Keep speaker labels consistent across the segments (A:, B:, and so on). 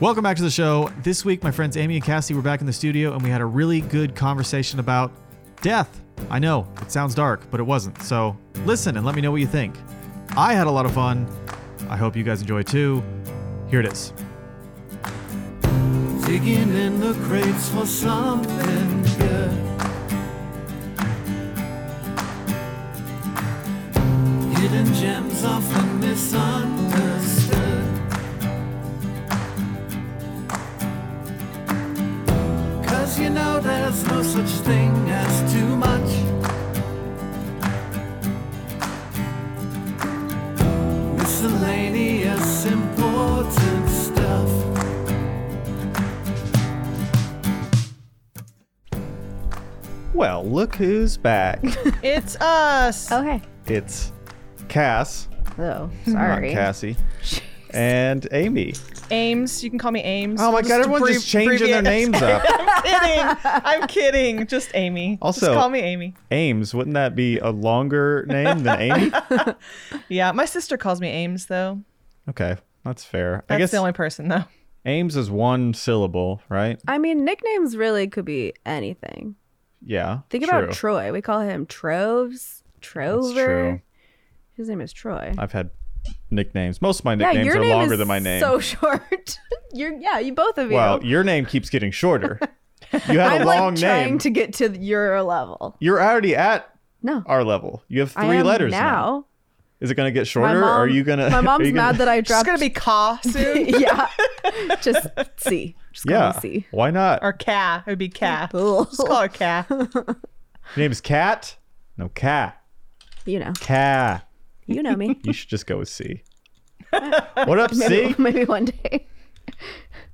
A: Welcome back to the show. This week, my friends Amy and Cassie were back in the studio, and we had a really good conversation about death. I know it sounds dark, but it wasn't. So listen and let me know what you think. I had a lot of fun. I hope you guys enjoy too. Here it is.
B: Digging in the crates for something good. Hidden gems often misunderstood. Cause you know there's no such thing as too much. Miscellaneous important stuff.
C: Well, look who's back.
D: It's us.
E: Okay.
C: it's Cass,
E: Oh,
C: not
E: sorry.
C: Cassie, and Amy.
D: Ames. You can call me Ames.
C: Oh my
D: Just
C: god, everyone's
D: abbrevi-
C: just changing their
D: abbreviate-
C: names up.
D: I'm kidding. I'm kidding. Just Amy.
C: Also-
D: just call me Amy.
C: Ames, wouldn't that be a longer name than Amy?
D: Yeah, my sister calls me Ames though.
C: Okay, that's fair.
D: That's
C: I guess
D: the only person though.
C: Ames is one syllable, right?
E: I mean, nicknames really could be anything.
C: Yeah.
E: Think
C: true.
E: about Troy. We call him Troves,
C: That's
E: Trover.
C: true.
E: His name is Troy.
C: I've had nicknames. Most of my
E: yeah,
C: nicknames
E: your
C: are
E: name
C: longer
E: is
C: than my name.
E: so short. You're yeah, you both of you.
C: well, your name keeps getting shorter. You had
E: I'm
C: a long
E: like
C: name.
E: trying to get to your level.
C: You're already at
E: No,
C: our level. You have
E: I
C: three
E: am
C: letters now.
E: now.
C: Is it going to get
E: My
C: shorter?
E: mom,
C: or are you going to?
E: My mom's mad that I
D: It's
E: dropped.
D: gonna be Ka soon
E: yeah, just C. Just call
C: Yeah.
E: me C.
C: Why not?
D: or Ka. It would be Ka.
E: Ugh.
D: Just call her Ka.
C: Your name's Cat? No, Cat.
E: You know,
C: Cat.
E: you know me.
C: You should just go with C. what up, C?
E: Maybe, maybe one day.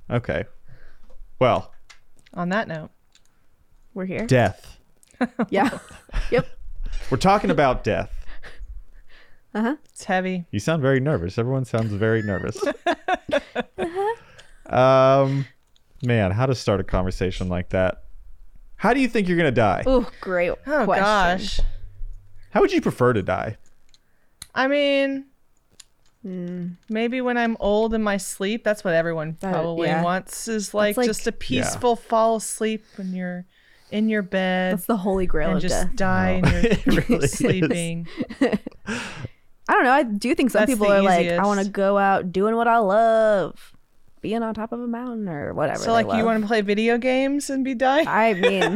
C: Okay. Well,
D: On that note,
E: We're here.
C: death.
E: Yeah. Yep.
C: We're talking about death.
D: it's heavy.
C: You sound very nervous. Everyone sounds very nervous. um, man, how to start a conversation like that? How do you think you're gonna die?
E: Oh, great
D: Oh
E: question.
D: gosh.
C: How would you prefer to die?
D: I mean, maybe when I'm old in my sleep, that's what everyone
E: Hmm. That-
D: probably
E: yeah.
D: wants is like,
E: like-
D: just a peaceful fall asleep when you're in your bed
E: That's the holy grail
D: and
E: of
D: just
E: death.
D: die and
C: It really
D: you're
C: is.
D: sleeping.
E: I don't know. I do think some
D: That's
E: people
D: the
E: are like, I
D: easiest.
E: want to go out doing what I love, being on top of a mountain or whatever.
D: So like you want to play video games and be dying
E: I mean,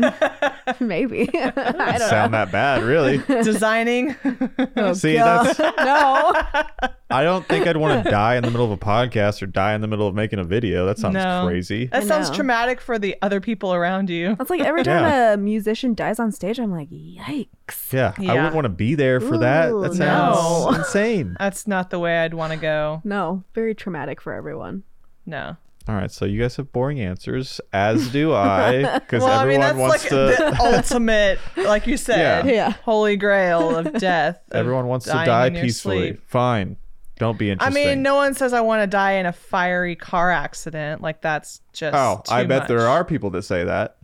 E: maybe. I don't
C: Sound that bad, really?
D: designing.
E: know. Oh,
C: See,
E: God.
C: that's
E: no.
C: I don't think I'd want to die in the middle of a podcast or die in the middle of making a video. That sounds
D: No. Uh,
C: crazy.
D: That
E: I
D: sounds
E: know.
D: traumatic for the other people around you.
E: That's like every time a musician dies on stage, I'm like, yikes.
C: Yeah, I
D: Yeah.
C: wouldn't want to be there for that.
E: Ooh,
C: That sounds
D: no.
C: insane.
D: That's not the way I'd want to go.
E: No, very traumatic for everyone.
D: No.
C: All right, so you guys have boring answers, as do I, because
D: Well, I mean,
C: everyone
D: that's
C: wants
D: like
C: to.
D: the ultimate, like you said,
C: Yeah.
E: Yeah.
D: holy grail of death. of
C: Everyone wants to
D: dying
C: die
D: in your
C: peacefully.
D: sleep.
C: Fine, don't be
D: I
C: interesting.
D: mean, no one says I want to die in a fiery car accident. Like that's just.
C: Oh, I
D: too
C: bet there
D: much.
C: are people that say that.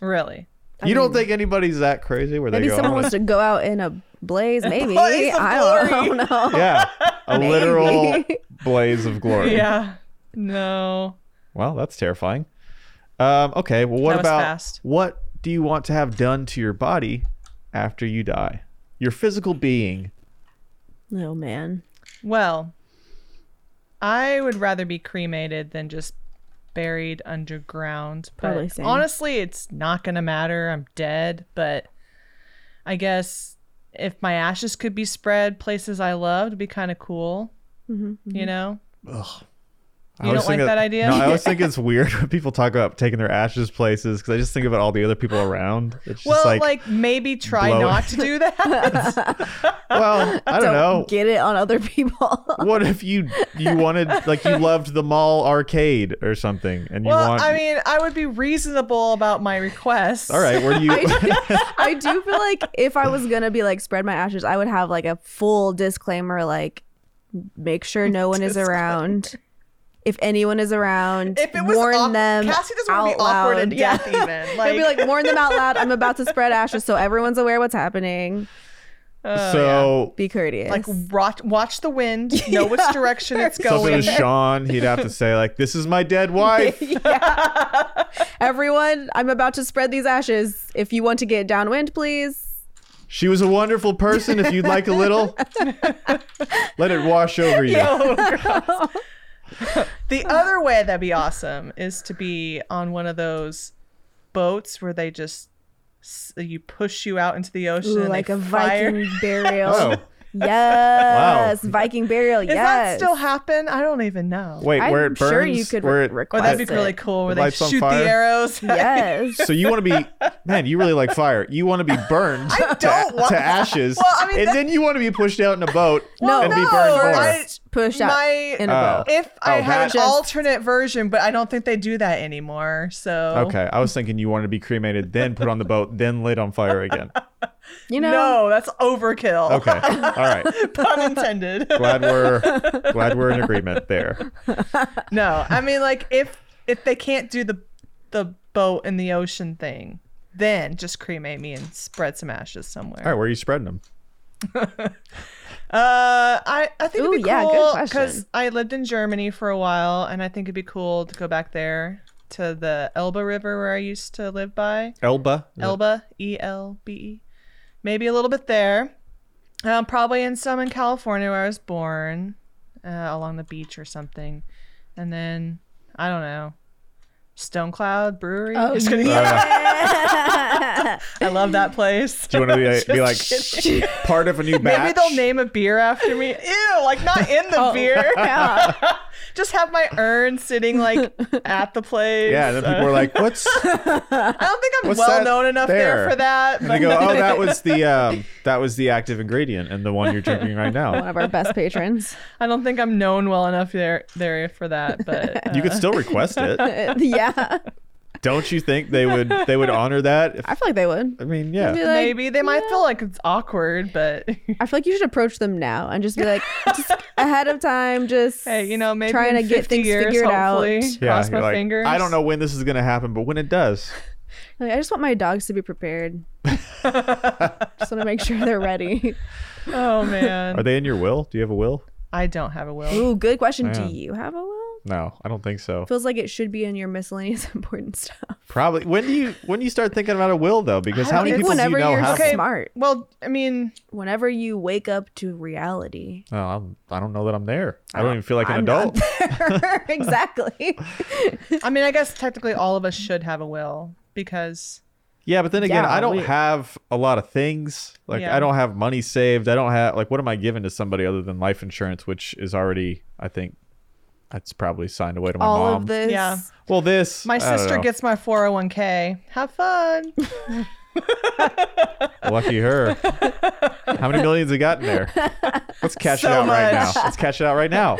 D: Really.
C: you don't think anybody's that crazy where
E: Maybe
C: they go?
E: someone
C: "I
E: wants to go out in a blaze. Maybe.
D: blaze of
E: I don't know.
C: wanna-" yeah, a literal blaze of glory.
D: Yeah. No.
C: Well, that's terrifying. Um, okay, well, what
D: That was
C: about
D: fast.
C: what do you want to have done to your body after you die? Your physical being.
E: Oh, man.
D: Well, I would rather be cremated than just buried underground. But
E: Probably same.
D: honestly, it's not gonna matter. I'm dead, but I guess if my ashes could be spread places I loved, would be kind of cool.
E: Mm-hmm,
D: You know? You
C: always
D: don't like
C: think
D: that idea?
C: No, I always think it's weird when people talk about taking their ashes places because I just think about all the other people around. It's just
D: Well,
C: like,
D: like, maybe try
C: blow it.
D: not to do that.
C: well, I don't know.
E: Get it on other people.
C: what if you you wanted like you loved the mall arcade or something and you
D: well,
C: want?
D: I mean, I would be reasonable about my requests.
C: all right, were you?
E: I do feel like if I was gonna be like spread my ashes, I would have like a full disclaimer, like make sure no one is around. If anyone is around,
D: If it was
E: warn
D: awk-
E: them.
D: Cassie doesn't want to
E: out
D: be awkward
E: loud.
D: and
E: Yeah.
D: death even.
E: I'd be like, warn them out loud. I'm about to spread ashes, so everyone's aware what's happening.
C: so,
E: Be courteous.
D: Oh, Like watch, watch the wind, know which direction it's
C: so if it
D: going.
C: was Sean, he'd have to say like, "This is my dead wife."
E: Everyone, I'm about to spread these ashes. If you want to get downwind, please.
C: She was a wonderful person. If you'd like a little, let it wash over you.
D: the other way that'd be awesome is to be on one of those boats where they just s- you push you out into the ocean,
E: Ooh,
D: and
E: like
D: they
E: a
D: fire.
E: Viking burial.
C: Oh,
E: Yes, Viking burial.
D: Does that
E: yes.
D: still happen? I don't even know.
C: wait,
E: I'm
C: where it burns?
E: sure you could
C: where
E: re-
C: it,
D: Oh,
E: request
D: that'd
E: That's
D: be
E: it.
D: really cool where they
C: Lights on
D: shoot the
C: fire.
D: arrows.
E: Yes.
C: So you want to be, man? You really like fire. You want to be burned to,
D: want
C: to
D: that.
C: ashes,
D: Well, I mean,
C: and
D: that-
C: then you want to be pushed out in a boat
E: No,
C: and be
E: no,
C: burned more.
D: I-
E: Push out
D: My-
E: in a
C: Oh.
E: boat.
D: If I
C: Oh,
D: had
C: that-
D: an alternate version, but I don't think they do that anymore. So
C: Okay, I was thinking you wanted to be cremated, then put on the boat, then lit on fire again.
E: You know,
D: no, that's overkill.
C: Okay, all right.
D: Pun intended.
C: Glad we're glad we're in agreement there.
D: no, I mean like if if they can't do the the boat and the ocean thing, then just cremate me and spread some ashes somewhere.
C: All right, where are you spreading them?
D: Uh, I I think
E: Ooh,
D: it'd be
E: yeah, good
D: cool
E: question.
D: because I lived in Germany for a while, and I think it'd be cool to go back there to the Elbe River where I used to live by.
C: Elba.
D: Elba, E L B E. Maybe a little bit there. Um, probably in some in California where I was born, uh, along the beach or something. And then, I don't know, Stone Cloud Brewery. Oh,
C: Uh,
D: I love that place.
C: Do you want to be, like- be like part of a new batch?
D: Maybe they'll name a beer after me. Ew, like not in the beer.
E: yeah.
D: Just have my urn sitting like at the place.
C: Yeah, and then people are like, "What's?"
D: I don't think I'm
C: What's
D: well
C: that
D: known enough there?
C: there?
D: for that.
C: And they go, "Oh, that was the um, that was the active ingredient and the one you're drinking right
E: one
C: now."
E: of our best patrons.
D: I don't think I'm known well enough there there for that, but uh,
C: You could still request it.
E: Uh, yeah,
C: Don't you think they would they would honor that? If,
E: I feel like they would.
C: I mean,
E: Be
C: yeah.
E: like-
D: maybe they might feel like it's awkward, but
E: I feel like you should approach them now and just be like, just ahead of time, just
D: hey, you know, maybe
E: trying
D: in
E: to get
D: 50
E: things
D: years,
E: figured
D: hopefully,
E: out.
C: Yeah,
D: cross
C: you're
D: my
C: like,
D: fingers.
C: I don't know when this is gonna happen, but when it does,
E: Like, I just want my dogs to be prepared. just want to make sure they're ready.
D: Oh man,
C: are they in your will? Do you have a will?
D: I don't have a will.
E: Ooh, good question.
C: Yeah.
E: Do you have a will?
C: No, I don't think so.
E: Feels like it should be in your miscellaneous important stuff.
C: Probably. When do you when do you start thinking about a will though? Because
D: I
C: how many
D: think
C: people do you
E: whenever
C: know
E: you're
C: have?
E: okay.
C: one?
E: smart.
D: Well, I mean,
E: Whenever you wake up to reality,
C: No, oh, I'm, I don't know that I'm there. I don't even feel like an
E: I'm not
C: adult.
E: there. exactly.
D: I mean, I guess technically all of us should have a will because
C: Yeah, but then again,
E: Yeah,
C: I don't
E: we-
C: have a lot of things. Like
D: Yeah.
C: I don't have money saved. I don't have like what am I giving to somebody other than life insurance, which is already I think that's probably signed away to my
E: All
C: mom.
E: of this.
D: Yeah.
C: well, this
D: my
C: I don't
D: sister
C: know.
D: gets my 401k. Have fun.
C: lucky her. How many millions have got in there? Let's cash
D: So
C: it out right now.
D: much.
C: Let's cash it out right now.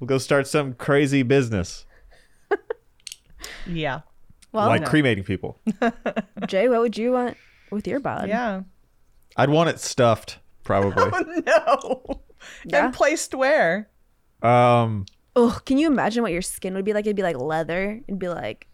C: we'll go start some crazy business
D: yeah,
E: Well,
C: like cremating people.
E: Jay, what would you want with your bod?
D: yeah.
C: I'd want it stuffed probably.
D: No.
E: Yeah.
D: And placed where?
C: um
E: Oh, can you imagine what your skin would be like? It'd be like leather. It'd be like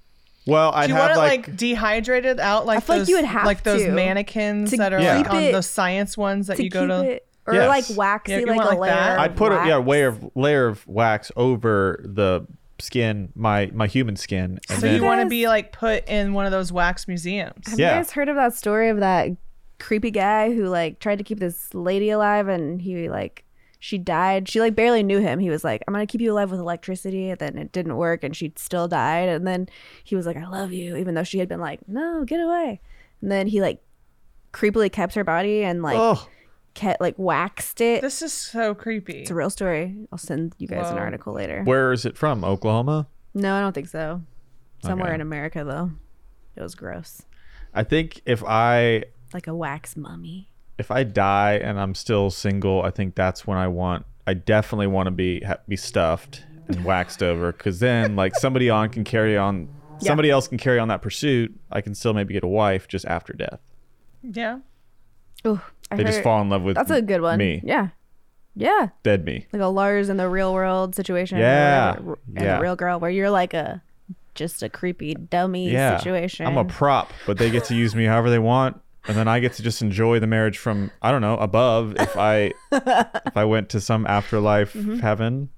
C: well, I'd
D: Do you
C: have
D: want it
C: like,
D: like, dehydrated out like
E: I feel like
D: those,
E: you would have
D: like those
E: to-
D: mannequins
E: to
D: that are
C: Yeah.
D: like
E: keep
D: on
E: it-
D: those science ones that
E: to
D: you go
E: keep
D: to
E: it or
C: Yes.
E: like waxy,
D: Yeah, you
E: like
D: want
E: a
D: like
E: layer.
D: that.
E: of
C: I'd put a yeah,
E: wax.
C: layer of layer of wax over the skin, my my human skin, and
D: So
C: then
D: you want to
E: guys-
D: be like put in one of those wax museums.
E: Have
C: Yeah.
E: you guys heard of that story of that creepy guy who like tried to keep this lady alive and he like she died. She like barely knew him. He was like, "I'm gonna keep you alive with electricity." And then it didn't work, and she still died. And then he was like, "I love you," even though she had been like, "No, get away." And then he like creepily kept her body and like
C: oh,
E: kept like waxed it.
D: This is so creepy.
E: It's a real story. I'll send you guys an
D: Whoa.
E: article later.
C: where is it from? Oklahoma.
E: No, I don't think so. Somewhere
C: Okay.
E: in America though. It was gross.
C: I think if I
E: Like a wax mummy.
C: if I die and I'm still single, I think that's when I want. I definitely want to be ha- be stuffed and waxed over, because then like somebody on can carry on. Somebody else can carry on that pursuit. I can still maybe get a wife just after death.
D: yeah.
E: Ooh, I
C: They
E: heard,
C: just fall in love with
E: That's a good one.
C: Me,
E: Yeah. Yeah.
C: dead me.
E: Like a Lars in the real world situation. or
C: Yeah.
E: whatever, And
C: Yeah.
E: a real girl where you're like a just a creepy dummy
C: Yeah,
E: situation.
C: I'm a prop, but they get to use me however they want. and then I get to just enjoy the marriage from I don't know above if I if I went to some afterlife
E: Mm-hmm.
C: heaven.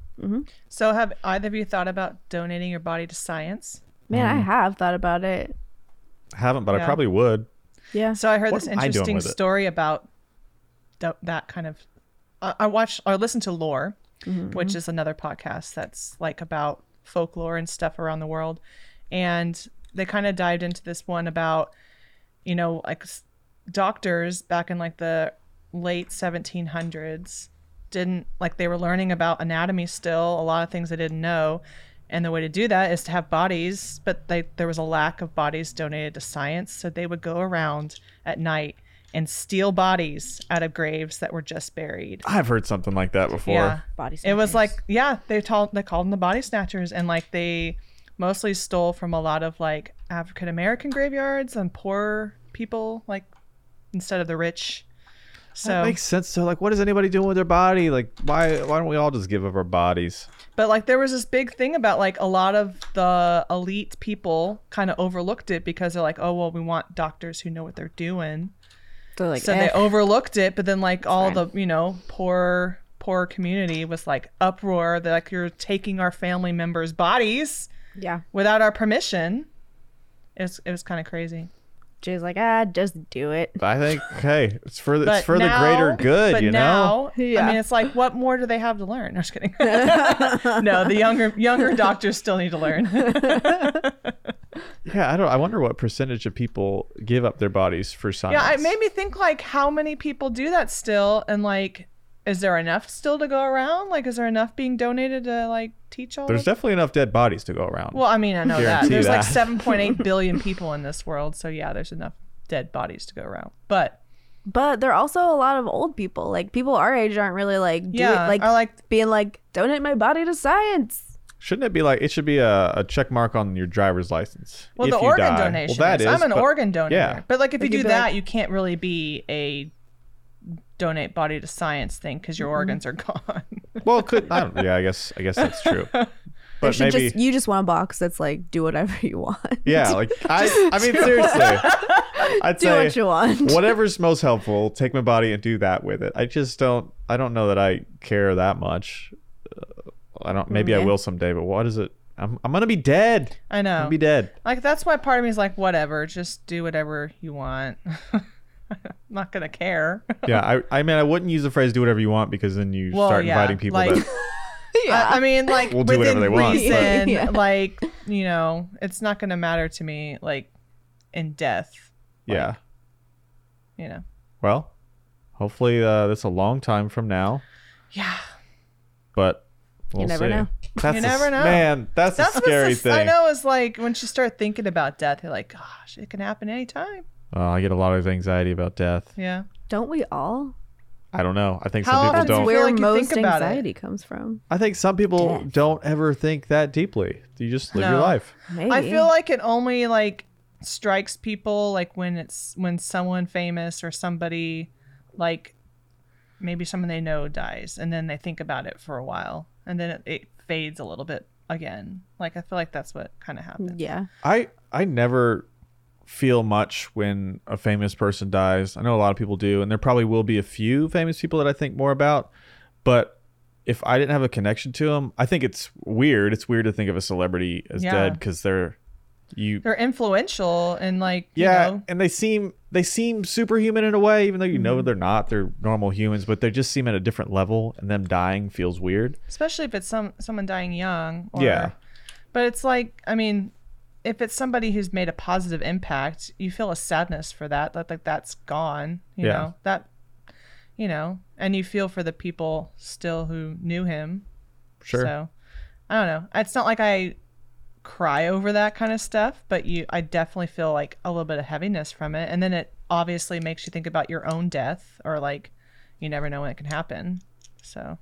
D: So, have either of you thought about donating your body to science?
E: Man,
C: mm.
E: I have thought about it.
C: I haven't, but I
D: Yeah.
C: probably would.
E: Yeah.
D: So I heard
C: What
D: this
C: am I doing
D: interesting
C: with it?
D: story about th- that kind of. I, I watched or listened to Lore, which is another podcast that's like about folklore and stuff around the world, and they kind of dived into this one about, you know, like s- doctors back in like the late 1700s didn't like they were learning about anatomy still a lot of things they didn't know and the way to do that is to have bodies but they, there was a lack of bodies donated to science so they would go around at night and steal bodies out of graves that were just buried
C: I've heard something like that before.
D: yeah
E: Body
D: it was
E: snatchers.
D: like yeah they told they called them the body snatchers and like they mostly stole from a lot of like african american graveyards and poor people like instead of the rich so
C: That makes sense. So like, what is anybody doing with their body? Like, why why don't we all just give up our bodies?
D: But like there was this big thing about like a lot of the elite people kind of overlooked it because they're like, oh well, we want doctors who know what they're doing.
E: So, like,
D: so
E: eh.
D: they overlooked it, but then like all the you know poor poor community was like uproar. They're like, you're taking our family members' bodies
E: yeah.
D: without our permission. It was it was kind of crazy.
E: Jay's like, ah, just do it.
C: But I think hey, it's for the,
D: But
C: it's for
D: now-
C: the greater good,
D: But
C: you know.
D: now,
E: Yeah.
D: I mean, it's like, what more do they have to learn? No, just kidding. no, the younger younger doctors still need to learn.
C: Yeah, I don't. I wonder what percentage of people give up their bodies for science.
D: Yeah, it made me think like how many people do that still, and like, is there enough still to go around? Like, is there enough being donated to like teach all?
C: There's
D: the-
C: definitely enough dead bodies to go around.
D: well, I mean, I know
C: Guarantee
D: that there's like
C: that.
D: 7.8 billion people in this world, so yeah, there's enough dead bodies to go around. But
E: But there are also a lot of old people. Like people our age aren't really like do
D: yeah,
E: it, like
D: are like
E: being like donate my body to science.
C: Shouldn't it be like it should be a, a check mark on your driver's license?
D: well,
C: if
D: the
C: you
D: organ
C: die.
D: donation.
C: Well, that
D: is-
C: is,
D: I'm an
C: but-
D: organ donor.
C: yeah.
D: but like if you
E: you'd
D: do
E: be
D: that,
E: like-
D: you can't really be a donate body to science thing because your organs are gone.
C: Well, it could I don't, yeah, I guess I guess that's true. But
E: Should
C: maybe
E: just you just want a box that's like do whatever you want.
C: yeah, like I I mean seriously, I'd
E: do
C: say
E: what you want.
C: whatever's most helpful, take my body and do that with it. I just don't I don't know that I care that much. Uh, I don't. Maybe I
E: Yeah.
C: will someday, but what is it? I'm I'm gonna be dead.
D: I
C: I'm
D: know.
C: gonna be dead.
D: Like that's why part of me is like, whatever, just do whatever you want. I'm not gonna care.
C: Yeah, I I mean I wouldn't use the phrase "do whatever you want" because then you
D: Well,
C: start
D: yeah,
C: inviting people
D: like-
C: that
D: I, I mean, like
C: We'll do whatever
D: within
C: they want,
E: but-
D: reason,
E: Yeah.
D: like you know, it's not gonna matter to me. Like in death,
C: yeah.
D: you know.
C: Well, hopefully uh, that's a long time from now,
D: Yeah,
C: but we'll
E: never
C: see.
E: know.
C: That's
D: You
C: a
D: never
C: s-
D: know.
C: Man, that's,
D: that's
C: a scary
D: what's
C: thing.
D: I know is like once you start thinking about death, you're like, gosh, it can happen anytime.
C: Oh, I get a lot of anxiety about death.
D: Yeah,
E: Don't we all?
C: I don't know. I think
D: How
C: some people
D: often do
E: That's
C: don't.
D: you-
E: where
D: like
E: most
D: think about it.
E: anxiety comes from.
C: I think some people don't ever think that deeply. You just live your
D: No.
C: life.
E: Maybe.
D: I feel like it only like strikes people like when it's when someone famous or somebody like maybe someone they know dies and then they think about it for a while and then it, it fades a little bit again. Like I feel like that's what kind of happens.
E: yeah.
C: I I never feel much when a famous person dies. I know a lot of people do, and there probably will be a few famous people that I think more about. But if I didn't have a connection to them, I think it's weird. It's weird to think of a celebrity as
D: Yeah.
C: dead because they're you.
D: They're influential and like
C: yeah,
D: you know,
C: and they seem they seem superhuman in a way, even though you
D: Mm-hmm.
C: know they're not. They're normal humans, but they just seem at a different level, and them dying feels weird.
D: especially if it's some someone dying young or,
C: Yeah.
D: But it's like I mean if it's somebody who's made a positive impact, you feel a sadness for that. That like that's gone. You
C: Yeah.
D: know that, you know, and you feel for the people still who knew him.
C: Sure.
D: So I don't know. It's not like I cry over that kind of stuff, but you, I definitely feel like a little bit of heaviness from it, and then it obviously makes you think about your own death, or like you never know when it can happen. So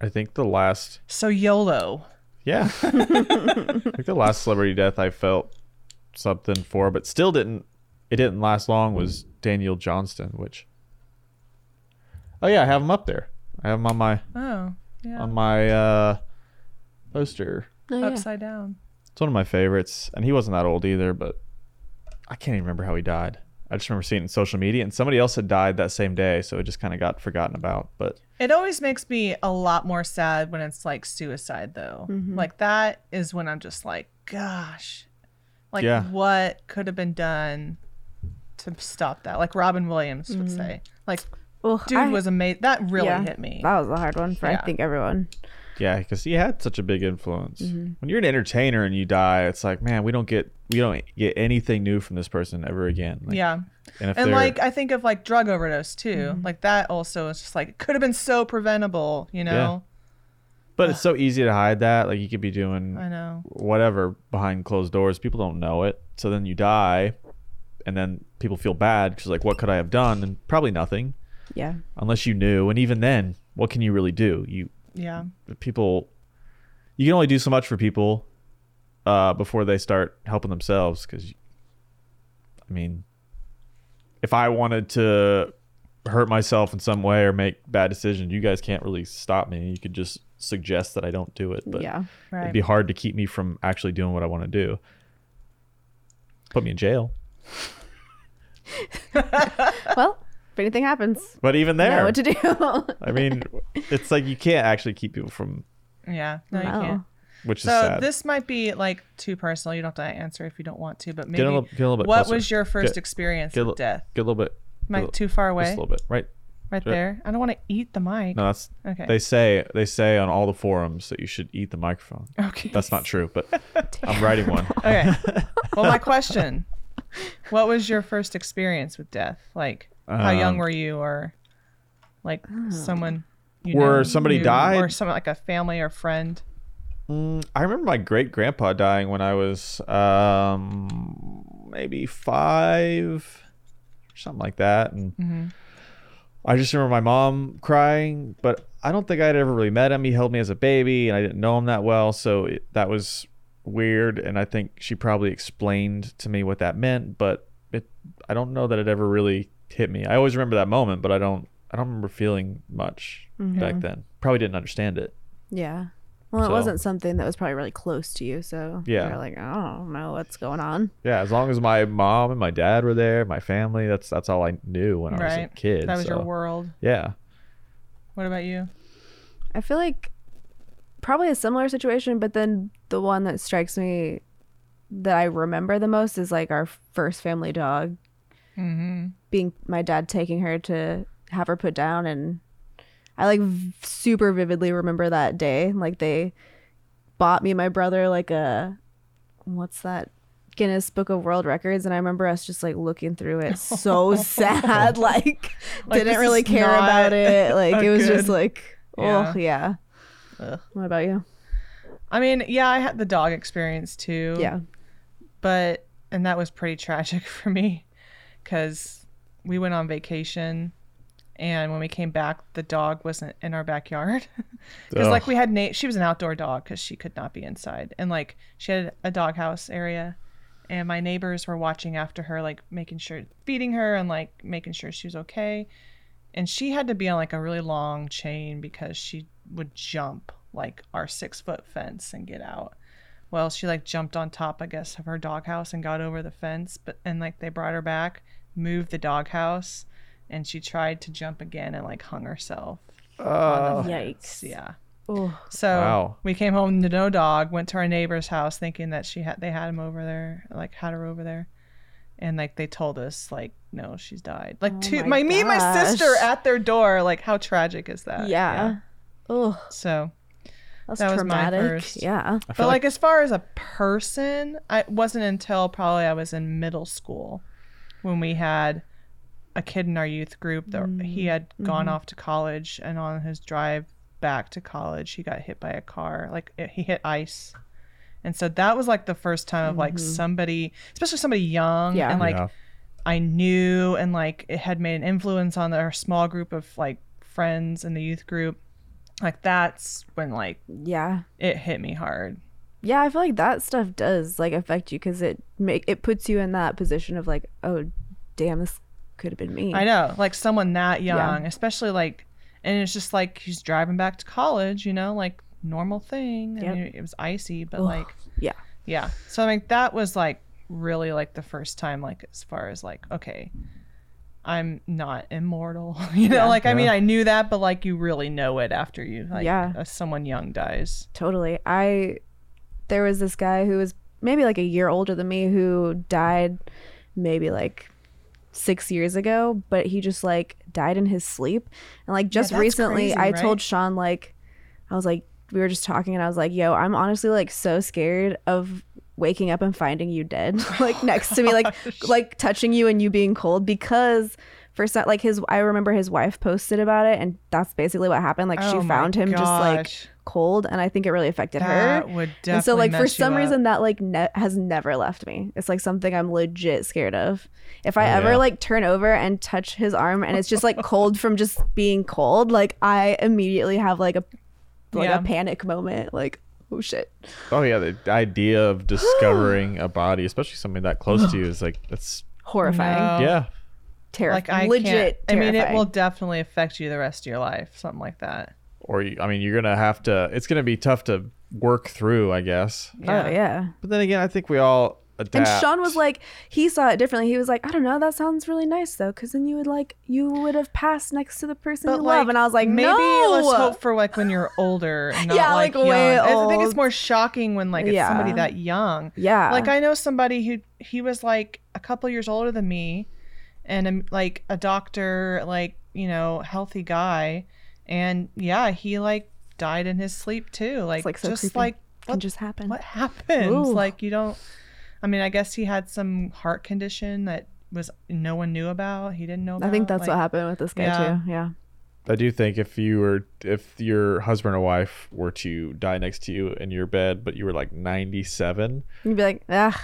C: I think the last
D: so YOLO.
C: Yeah. I think the last celebrity death I felt something for, but still didn't it didn't last long was Daniel Johnston, which Oh yeah, I have him up there. I have him on my
D: Oh yeah,
C: on my uh poster.
E: Oh, yeah.
D: upside down.
C: It's one of my favorites. And he wasn't that old either, but I can't even remember how he died. I just remember seeing it in social media, and somebody else had died that same day, so it just kind of got forgotten about. But
D: It always makes me a lot more sad when it's like suicide, though.
E: Mm-hmm.
D: Like that is when I'm just like, gosh, like
C: Yeah.
D: what could have been done to stop that? Like Robin Williams would say, like
E: Well,
D: dude
E: Mm-hmm. I-
D: was amazing. That really
E: yeah,
D: hit me.
E: That was a hard one for
D: Yeah.
E: I think everyone.
C: yeah, because he had such a big influence.
D: Mm-hmm.
C: When you're an entertainer and you die, it's like, man, we don't get we don't get anything new from this person ever again. Like,
D: yeah.
C: and if
D: And
C: they're-
D: like I think of like drug overdose too.
E: Mm-hmm.
D: Like that also is just like could have been so preventable, you know?
C: but
D: uh,
C: it's so easy to hide that. Like you could be doing
D: I know.
C: whatever behind closed doors. People don't know it. So then you die, and then people feel bad because like, what could I have done? And probably nothing,
E: Yeah.
C: unless you knew. And even then, what can you really do? You
D: Yeah.
C: people, you can only do so much for people uh, before they start helping themselves. Because, I mean, if I wanted to hurt myself in some way or make bad decisions, you guys can't really stop me. You could just suggest that I don't do it. But
E: yeah.
D: Right.
C: it'd be hard to keep me from actually doing what I want to do. Put me in jail.
E: Well, if anything happens,
C: But even
E: I know
C: there,
E: what to do.
C: I mean, it's like you can't actually keep people from,
D: yeah. No, you
E: Wow.
D: can't.
C: which is
D: So
C: sad.
D: this might be like too personal. You don't have to answer if you don't want to, but maybe
C: a little- get a little bit
D: what
C: closer.
D: was your first
C: Get-
D: experience
C: get a
D: with
C: little-
D: death?
C: get a little bit,
D: Am I
C: get a-
D: too far
C: just
D: away?
C: a little bit, right?
D: Right
C: bit.
D: there. I don't want to eat the mic.
C: No, that's
D: Okay.
C: They say they say on all the forums that you should eat the microphone.
D: Okay.
C: That's not true, but I'm writing one.
D: okay. Well, my question: What was your first experience with death? Like, how young
C: Um,
D: were you, or like someone you
C: Where
D: knew-
C: somebody
D: knew, or
C: died?
D: someone like a family or friend?
C: Mm, I remember my great grandpa dying when I was um, maybe five, or something like that, and I just remember my mom crying. But I don't think I'd ever really met him. He held me as a baby, and I didn't know him that well, so it, that was weird. And I think she probably explained to me what that meant, but it I don't know that it ever really hit me. I always remember that moment, but I don't I don't remember feeling much back then. Probably didn't understand it.
E: yeah. Well,
C: So-
E: it wasn't something that was probably really close to you, so
C: Yeah.
E: you're like, I don't know what's going on.
C: Yeah, as long as my mom and my dad were there, my family, that's that's all I knew when I was a
D: Right.
C: kid.
D: that was your
C: so,
D: world.
C: Yeah.
D: What about you?
E: I feel like probably a similar situation, but then the one that strikes me that I remember the most is like our first family dog
D: Mm-hmm.
E: being my dad taking her to have her put down. And I like v- super vividly remember that day. Like they bought me and my brother like a what's that? Guinness Book of World Records, and I remember us just like looking through it, so sad, like,
D: this
E: didn't really
D: is
E: care
D: not
E: about it. Like
D: a
E: it was
D: good-
E: just like, oh
D: Yeah.
E: yeah.
D: Ugh.
E: What about you?
D: I mean, yeah, I had the dog experience too.
E: Yeah.
D: but and that was pretty tragic for me because we went on vacation and when we came back the dog wasn't in our backyard because like
C: Ugh.
D: we had nate she was an outdoor dog because she could not be inside and like she had a doghouse area and my neighbors were watching after her like making sure feeding her and like making sure she was okay and she had to be on like a really long chain because she would jump like our six foot fence and get out well she like jumped on top i guess of her doghouse and got over the fence but and like they brought her back moved the doghouse and she tried to jump again and like hung herself
C: Oh,
E: Yikes.
D: yeah
E: Oh,
D: so
C: Wow.
D: we came home to no dog went to our neighbor's house thinking that she had they had him over there like had her over there and like they told us like no she's died like two my,
E: Oh my
D: me and my sister
E: gosh.
D: at their door like how tragic is
E: yeah.
D: that
E: Oh,
D: so
E: that's
D: Uh, That was my
E: traumatic.
D: first.
E: Yeah.
D: but like, as far as a person, I it wasn't until probably I was in middle school when we had a kid in our youth group that he had gone off to college and on his drive back to college he got hit by a car like it, he hit ice and so that was like the first time of like somebody especially somebody young
E: Yeah.
D: and like
C: Yeah.
D: I knew and like it had made an influence on our small group of like friends in the youth group like that's when like
E: Yeah.
D: it hit me hard
E: Yeah, I feel like that stuff does like affect you cuz it make it puts you in that position of like, oh, damn, this could have been me.
D: I know, like someone that young, especially like, and it's just like he's driving back to college, you know, like normal thing. I
E: Yep.
D: mean, it was icy, but like,
E: yeah.
D: yeah. So I mean, that was like really like the first time like as far as like okay i'm not immortal you know like i mean i knew that but like you really know it after you like
E: Yeah.
D: uh, someone young dies
E: Totally. I there was this guy who was maybe like a year older than me who died maybe like 6 years ago, but he just like died in his sleep. And like just
D: that's
E: recently
D: crazy,
E: I
D: right?
E: told Sean like I was like we were just talking and I was like, "Yo, I'm honestly like so scared of waking up and finding you dead like next to me like like touching you and you being cold because for so, like his I remember his wife posted about it and that's basically what happened like
D: Oh
E: she
D: my
E: found him just like
D: gosh.
E: cold and I think it really affected
D: that
E: her.
D: would definitely
E: And so like for
D: mess you
E: some
D: up.
E: reason that like ne- has never left me. It's like something I'm legit scared of. If I
C: Oh,
E: ever
C: yeah.
E: like turn over and touch his arm and it's just like cold from just being cold, like I immediately have like a like
D: Yeah.
E: a panic moment like oh shit.
C: Oh yeah, the idea of discovering a body, especially something that close to you, is like that's
E: Horrifying.
D: No.
C: yeah.
D: like i
E: Terrifying. legit
D: can't, i mean it
E: terrifying.
D: will definitely affect you the rest of your life something like that
C: Or you, I mean, you're gonna have to. It's gonna be tough to work through, I guess.
E: Oh yeah.
C: But then again, I think we all
E: And
C: adapt.
E: Sean was like, he saw it differently. He was like, I don't know, that sounds really nice though, because then you would like, you would have passed next to the person you love. And I was like,
D: maybe
E: no!
D: let's hope for like when you're older, and not
E: Yeah,
D: like,
E: like, way
D: young. I think
E: old.
D: it's more shocking when like it's
E: Yeah.
D: somebody that young.
E: Yeah.
D: Like I know somebody who he was like a couple years older than me, and um, like a doctor, like you know, healthy guy, and yeah, he like died in his sleep too. Like,
E: like, so
D: just
E: creepy.
D: like
E: can
D: what
E: just happen.
D: what happens?
E: Ooh.
D: Like you don't. I mean, I guess he had some heart condition that was no one knew about. He didn't know. About.
E: I think that's
D: like-
E: what happened with this guy
D: Yeah.
E: too. Yeah.
C: I do think if you were, if your husband or wife were to die next to you in your bed, but you were like 97,
E: You'd be like, ugh.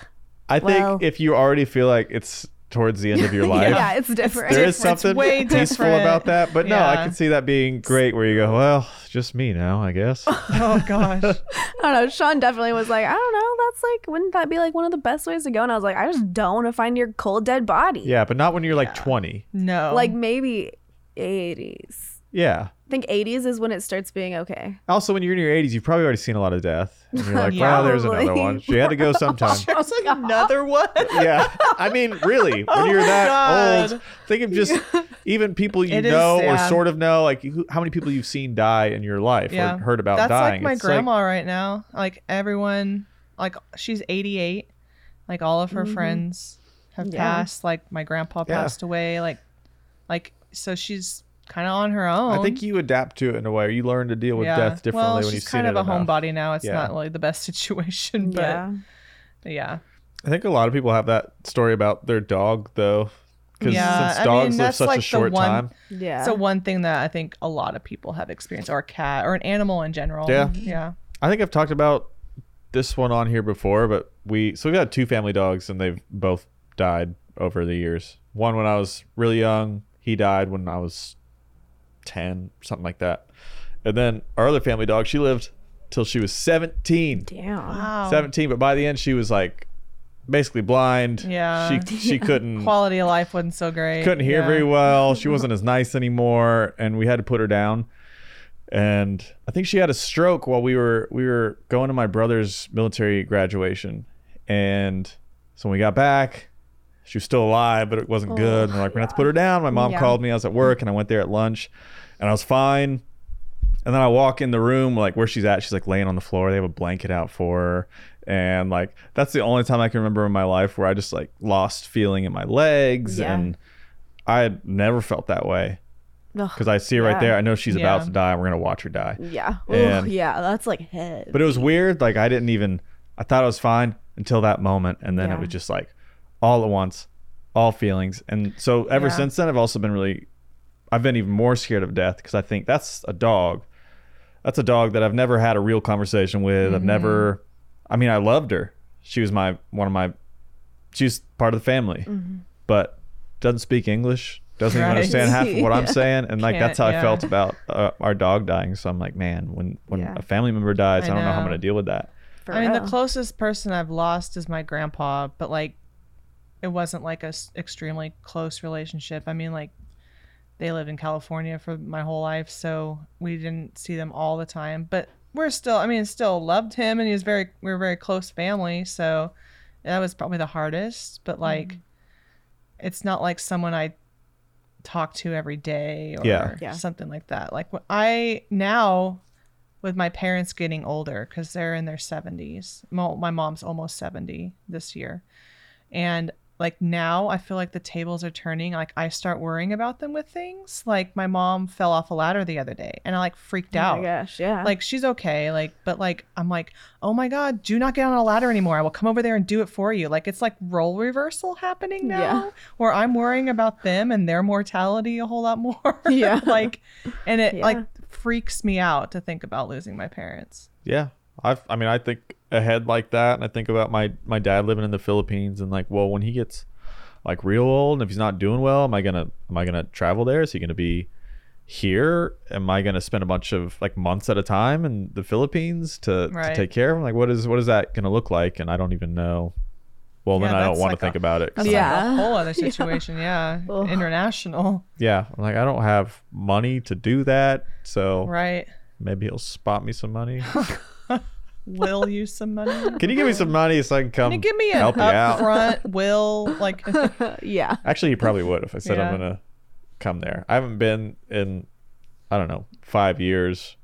C: I
E: Well-
C: think if you already feel like it's towards the end of your life,
E: Yeah, it's different.
C: there is
D: different. It's
C: something
D: way
C: peaceful
D: different.
C: about that. But no, I
D: Yeah.
C: can see that being great where you go, well, just me now, I guess.
D: Oh gosh.
E: I don't know. Sean definitely was like, I don't know. That's like, wouldn't that be like one of the best ways to go? And I was like, I just don't want to find your cold dead body.
C: yeah, but not when you're like 20.
D: No.
E: Like maybe 80s.
C: Yeah.
E: I think 80s is when it starts being okay.
C: Also, when you're in your 80s, you've probably already seen a lot of death. And you're like,
D: Yeah.
C: wow, there's another
E: Probably.
C: one. She had to go sometime.
D: There's another one.
C: yeah. I mean, really, when you're that old,
D: Oh God.
C: think of just even people you
D: It is
C: know or
D: sad.
C: sort of know, like who, how many people you've seen die in your life
D: Yeah.
C: or heard about
D: That's
C: dying.
D: like my
C: It's
D: grandma right now. Like everyone, like she's 88. Like all of her friends have
E: Mm-hmm. Yeah.
D: passed. Like my grandpa
C: Yeah.
D: passed away. Like, like so she's kind of on her own.
C: I think you adapt to it in a way. You learn to deal with
D: Yeah.
C: death differently
D: well,
C: when
D: she's
C: you've seen
D: kind
C: it
D: of a
C: enough.
D: homebody now. It's
C: Yeah.
D: not really the best situation, but yeah.
E: yeah.
C: I think a lot of people have that story about their dog, though, because
D: Yeah, I
C: since dogs
D: mean,
C: live
D: that's
C: such
D: like
C: a
D: the
C: short
D: one-
C: time,
E: Yeah.
D: So one thing that I think a lot of people have experienced, or a cat, or an animal in general.
C: Yeah.
D: Yeah.
C: I think I've talked about this one on here before, but we so we've had two family dogs and they've both died over the years. One when I was really young, he died when I was ten, something like that. And then our other family dog, she lived till she was seventeen.
E: Damn.
D: Wow.
C: Seventeen, but by the end she was like basically blind.
D: Yeah.
C: She she couldn't
D: Quality of life wasn't so great.
C: couldn't hear
D: Yeah.
C: very well. She wasn't as nice anymore, and we had to put her down. And I think she had a stroke while we were we were going to my brother's military graduation. And so when we got back, she was still alive, but it wasn't good. And we're like, we're gonna have to put her down. My mom
E: Oh, Yeah.
C: called me. I was at work, and I went there at lunch, and I was fine. And then I walk in the room, like where she's at. She's like laying on the floor. They have a blanket out for her. And like, that's the only time I can remember in my life where I just like lost feeling in my legs.
E: Yeah.
C: And I had never felt that way
E: Ugh.
C: because I see her right
E: Yeah.
C: there. I know she's about
D: Yeah.
C: to die. And we're going to watch her die.
E: Yeah. Ooh,
C: And-
E: yeah. That's like head.
C: But it was weird. Like, I didn't even, I thought I was fine until that moment. And then
E: Yeah.
C: it was just like all at once, all feelings. And so ever
D: Yeah.
C: since then, I've also been really, I've been even more scared of death because I think that's a dog. That's a dog that I've never had a real conversation with. I've never,
D: Mm-hmm.
C: I mean, I loved her. She was my, one of my, she was part of the family,
D: Mm-hmm.
C: but doesn't speak English. Doesn't even
D: Right.
C: understand half of what I'm saying, and like
D: Can't-
C: that's how I
D: yeah.
C: felt about uh, our dog dying. So I'm like, man, when when
E: Yeah.
C: a family member dies, I,
D: I
C: don't know how I'm
D: know.
C: gonna deal with that.
E: For
D: I mean, the
E: real.
D: closest person I've lost is my grandpa, but like, it wasn't like a s- extremely close relationship. I mean, like, they lived in California for my whole life, so we didn't see them all the time. But we're still, I mean, still loved him, and he was very, we were very close family. So That was probably the hardest,
E: Mm-hmm.
D: but like it's not like someone I talk to every day or
C: Yeah.
E: Yeah.
D: something like that. Like wh- I now with my parents getting older cuz they're in their 70s. Mo- My mom's almost 70 this year. And like now I feel like the tables are turning. Like I start worrying about them with things. Like my mom fell off a ladder the other day and I like freaked
E: Oh
D: out
E: my gosh, yeah.
D: like she's okay like but like i'm like oh my god do not get on a ladder anymore i will come over there and do it for you like it's like role reversal happening now
E: Yeah.
D: where i'm worrying about them and their mortality a whole lot more
E: Yeah.
D: like and it
E: Yeah.
D: like freaks me out to think about losing my parents
C: Yeah. I've, I mean, I think ahead like that. And I think about my, my dad living in the Philippines and like, well, when he gets like real old and if he's not doing well, am I going to, am I going to travel there? Is he going to be here? Am I going to spend a bunch of like months at a time in the Philippines to, to
D: Right.
C: take care of him? Like, what is, what is that going to look like? And I don't even know. Well, then
D: Yeah,
C: I don't
D: that's
C: want
D: like
C: to think
D: a-
C: about it. 'cause
D: that's
C: I'm-
E: Yeah.
D: like a whole other situation yeah,
E: Ugh.
D: international
C: yeah. I'm like, I don't have money to do that. So
D: right
C: maybe he'll spot me some money.
D: will you some money
C: Can you give me some money so I can come
D: Can you give me an
C: help you out?
D: upfront will like
E: yeah.
C: Actually, you probably would if I said
D: Yeah.
C: I'm gonna come there. I haven't been in, I don't know, five years,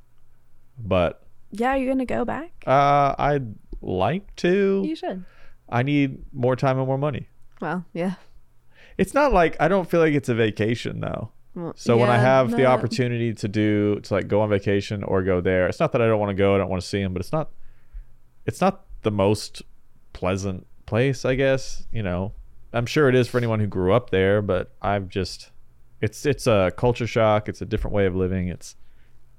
C: but
E: Yeah, are you gonna go back?
C: uh, I'd like to.
E: You should.
C: I need more time and more money.
E: Well, yeah.
C: It's not like I don't feel like it's a vacation though.
E: Well,
C: So when I
E: yeah,
C: have
E: no,
C: the opportunity to do to like go on vacation or go there, it's not that I don't want to go, I don't want to see him, but it's not, it's not the most pleasant place, I guess. You know, I'm sure it is for anyone who grew up there, but I've just, it's it's a culture shock. It's a different way of living. It's,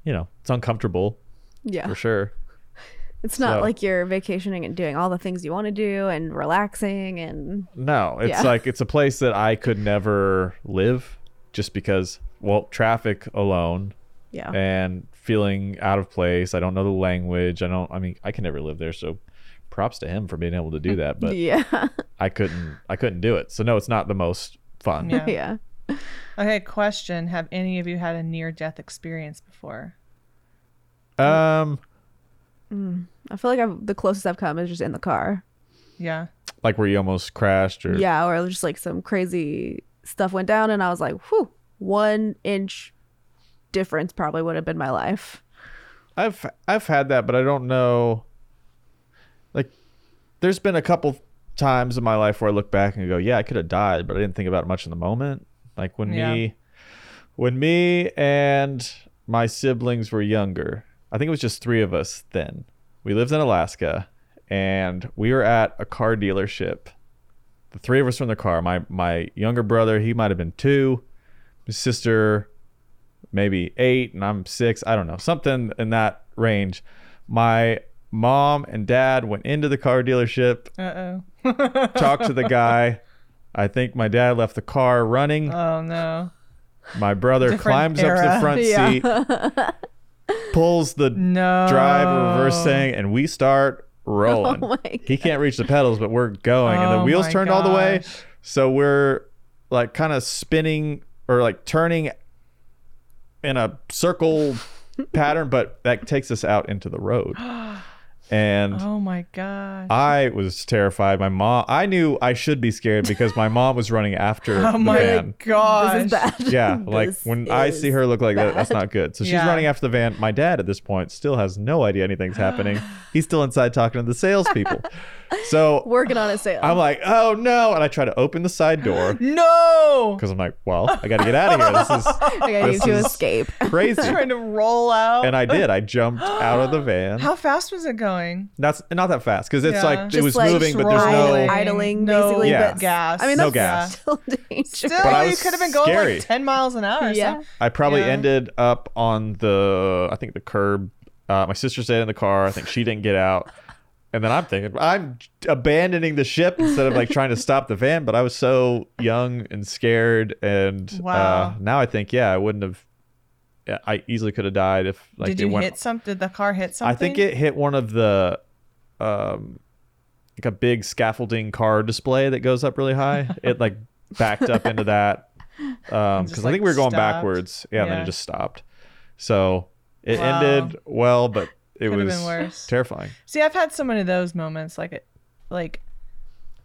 C: you know, it's uncomfortable
E: Yeah.
C: for sure.
E: It's not
C: So-
E: like you're vacationing and doing all the things you want to do and relaxing and
C: No, it's
E: Yeah.
C: like it's a place that I could never live, just because well, traffic alone
E: yeah.
C: and feeling out of place. I don't know the language. I don't. I mean, I can never live there, so props to him for being able to do that. But
E: yeah.
C: I couldn't. I couldn't do it. So no, it's not the most fun.
D: Yeah.
E: yeah.
D: okay question have any of you had a near death experience before
C: Um,
E: I feel like I've, the closest I've come is just in the car.
D: yeah
C: like where you almost crashed or
E: Yeah, or just like some crazy stuff went down and I was like, whew, one inch difference probably would have been my life.
C: I've I've had that, but I don't know. Like, there's been a couple times in my life where I look back and go, "Yeah, I could have died," but I didn't think about it much in the moment. Like when
D: Yeah.
C: me, when me and my siblings were younger, I think it was just three of us then. We lived in Alaska, and we were at a car dealership. The three of us were in the car. My my younger brother, he might have been two. His sister, maybe eight and I'm six. I don't know, something in that range. My mom and dad went into the car dealership,
D: uh-oh
C: talked to the guy. I think my dad left the car running.
D: Oh no.
C: my brother
D: different
C: climbs up
D: era.
C: the front
E: Yeah.
C: seat, pulls the
D: No.
C: drive reverse
D: Oh.
C: thing, and we start rolling.
E: Oh my
C: he can't reach the pedals, but we're going, and the
D: Oh
C: wheels
D: my
C: turned all the way.
D: gosh.
C: So we're like kind of spinning or like turning in a circle pattern, but that takes us out into the road. And
D: Oh my god.
C: I was terrified. My mom, I knew I should be scared because my mom was running after
D: Oh
C: the
D: my
C: van.
D: gosh.
E: This is bad.
C: Yeah, like
E: This
C: when I see
E: is
C: her look like that, that's not good. So she's
D: Yeah.
C: running after the van. My dad at this point still has no idea anything's happening. He's still inside talking to the salespeople. So
E: working on a sale.
C: I'm like, oh no. And I try to open the side door
D: No.
C: because I'm like, well, I got to get out of here. This is
E: I gotta
C: this
E: need to
C: is-
E: escape.
C: crazy.
D: Trying to roll out.
C: And I did. I jumped out of the van.
D: How fast was it going?
C: That's not that fast because it's
D: Yeah.
C: like it
E: Just
C: was
E: like
C: moving, but there's
E: rolling.
C: no.
E: I- idling,
D: no
E: basically,
C: Yeah. but-
D: gas.
E: I mean,
C: No
E: that's
C: gas.
E: still dangerous.
D: Still,
C: But I
D: you
C: was
D: could have been going
C: scary.
D: like 10 miles an hour.
E: Yeah.
D: Yeah.
C: I probably
D: Yeah.
C: ended up on the I think the curb. Uh, my sister stayed in the car. I think she didn't get out. And then I'm thinking I'm abandoning the ship instead of like trying to stop the van. But I was so young and scared, and uh,
D: Wow.
C: now I think yeah, I wouldn't have. yeah, I easily could have died if like
D: Did
C: it
D: you
C: went
D: hit something? Did the car hit
C: I
D: something?
C: think it hit one of the um like a big scaffolding car display that goes up really high. it like backed up into that. Um
D: just,
C: because I
D: like,
C: think we were going
D: stopped.
C: backwards. Yeah, and then
D: Yeah.
C: it just stopped. So it
D: Wow.
C: ended well, but it
D: Could've
C: was
D: been worse.
C: terrifying.
D: See, I've had so many of those moments, like it, like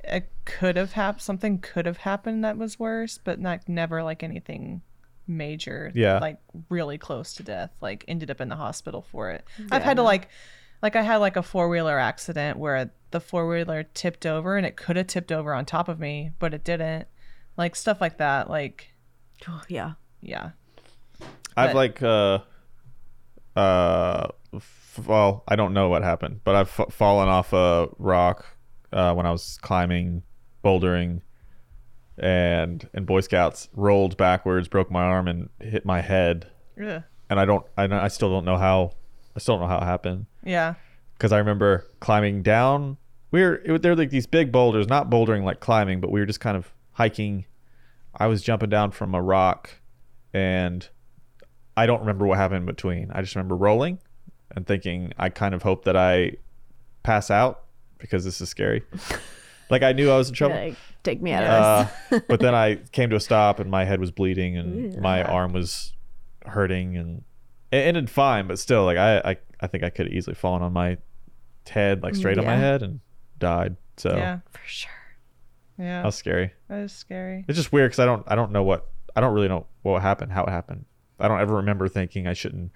D: it could have happened. Something could have happened that was worse, but like never like anything major.
C: Yeah.
D: Like really close to death. Like ended up in the hospital for it. I've had to like, like I had like a four wheeler accident where the four wheeler tipped over and it could have tipped over on top of me, but it didn't. Like stuff like that. Like
E: Oh, yeah.
D: yeah.
C: I've
D: But-
C: like uh uh f- well, I don't know what happened, but I've f- fallen off a rock uh, when I was climbing, bouldering, and in Boy Scouts rolled backwards, broke my arm, and hit my head.
D: Ugh.
C: And I don't, I, don't- I still don't know how. I still don't know how it happened
D: Yeah.
C: because I remember climbing down. We were it, there were like these big boulders, not bouldering like climbing, but we were just kind of hiking. I was jumping down from a rock, and I don't remember what happened in between. I just remember rolling and thinking I kind of hope that I pass out because this is scary. like I knew I was in trouble.
E: Like, take me out of
C: Uh, but then I came to a stop and my head was bleeding and
E: Mm,
C: my arm was hurting and it ended fine, but still like I I, I think I could have easily fallen on my head like straight on my
E: Yeah.
C: head and died. So
D: Yeah.
E: this. For sure.
D: Yeah.
C: that was scary.
D: that is scary.
C: It's just weird because I don't I don't know what I don't really know what happened, how it happened. I don't ever remember thinking I shouldn't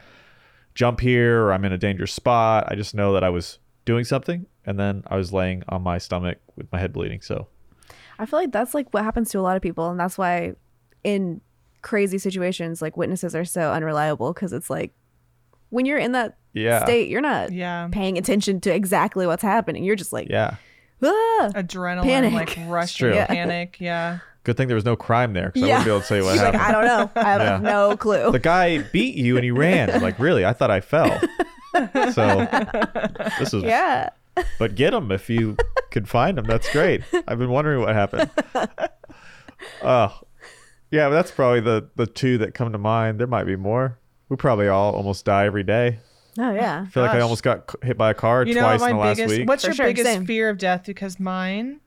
C: jump here or I'm in a dangerous spot. I just know that I was doing something and then I was laying on my stomach with my head bleeding. So
E: I feel like that's like what happens to a lot of people, and that's why in crazy situations, like witnesses are so unreliable because it's like when you're in that
C: Yeah.
E: state, you're not
D: Yeah.
E: paying attention to exactly what's happening. You're just like,
C: yeah.
E: "Ah!"
D: Adrenaline,
E: Panic.
D: like rush,
C: true. Yeah.
D: panic. Yeah.
C: Good thing there was no crime there because I
E: Yeah.
C: wouldn't be able to tell you what
E: You're like,
C: happened.
E: I don't know. I have
C: Yeah.
E: no
C: the
E: clue.
C: guy beat you and he ran. I'm like, really? I thought I fell. So this is
E: Yeah.
C: but get him if you could find him. That's great. I've been wondering what happened. Oh. Yeah, but that's probably the the two that come to mind. There might be more. We probably all almost die every day.
E: Oh yeah.
C: I feel like I
D: Gosh.
C: almost got c- hit by a car
D: You know
C: twice
D: what
C: in the
D: my
C: last
D: biggest
C: week.
D: what's
E: For
D: your
E: sure,
D: biggest
E: same.
D: fear of death? Because mine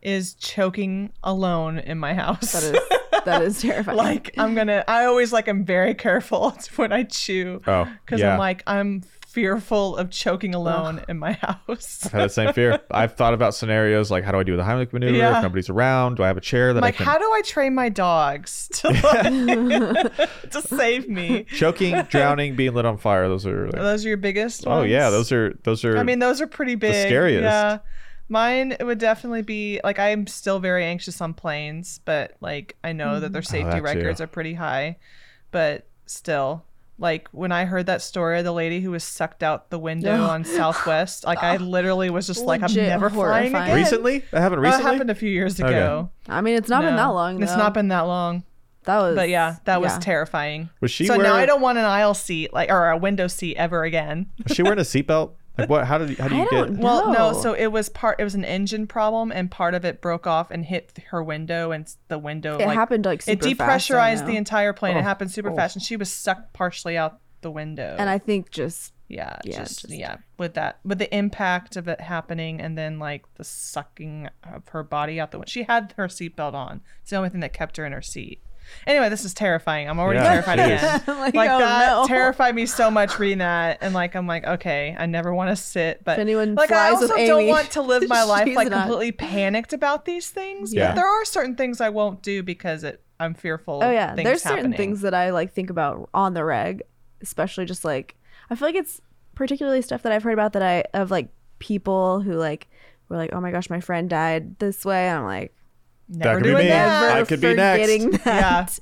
D: is choking alone in my house.
E: That is that is terrifying.
D: like I'm gonna I always like I'm very careful when I chew.
C: Oh,
D: Because
C: yeah.
D: I'm like I'm fearful of choking alone in my house.
C: I had the same fear. I've thought about scenarios like, how do I do the Heimlich maneuver
D: Yeah.
C: if nobody's around? Do I have a chair that I
D: like
C: can?
D: how do I train my dogs to like, to save me?
C: Choking, drowning, being lit on fire. Those are. like-
D: Those are your biggest.
C: oh yeah,
D: ones?
C: those are those are.
D: I mean, those are pretty big.
C: scariest.
D: Yeah. Mine it would definitely be like I'm still very anxious on planes, but like I know that their safety
C: Mm. Oh, that too.
D: records are pretty high. But still, like when I heard that story of the lady who was sucked out the window on Southwest, like I literally was just like, I'm
E: Legit
D: never flying
E: horrifying.
D: again.
C: Recently? That happened
D: Uh, it
C: recently?
D: happened a few years ago.
C: Okay.
E: I mean, it's not been
D: No.
E: that long.
D: It's
E: though.
D: not been that long.
E: That was.
D: But yeah, that was
E: yeah.
D: terrifying.
C: Was she
D: so now
C: wearing-
D: I don't want an aisle seat like or a window seat ever again.
C: Was she wearing a seatbelt? Like what? How did you, how do
E: I
C: you
E: don't
C: get?
E: know.
D: Well, no. So it was part. It was an engine problem, and part of it broke off and hit th- her window, and s- the window.
E: It
D: like,
E: happened like
D: It
E: super fast, I
D: depressurized
E: know.
D: the entire plane. it happened super
C: oh.
D: fast, and she was sucked partially out the window.
E: and I think just
D: yeah,
E: yeah,
D: just,
E: just-
D: yeah, with that, with the impact of it happening, and then like the sucking of her body out the window. She had her seatbelt on. It's the only thing that kept her in her seat. Anyway, this is terrifying. I'm already
C: Yeah,
D: terrified
C: jeez.
D: again
E: like,
D: like
E: oh,
D: that
E: no.
D: terrified me so much reading that and like i'm like okay i never want to sit but
E: If anyone
D: like i
E: flies
D: also
E: with
D: don't
E: Amy,
D: want to live my life
E: she's
D: like
E: not-
D: completely panicked about these things
C: Yeah.
D: but there are certain things i won't do because it i'm fearful
E: Oh
D: of
E: yeah,
D: things
E: there's certain
D: happening.
E: things that I like think about on the reg, especially just like I feel like it's particularly stuff that I've heard about that I of like people who like were like, oh my gosh, my friend died this way. And I'm like,
D: never
C: could be
D: doing
C: me.
D: that
E: never
C: I could be next.
E: forgetting
D: yeah
E: that.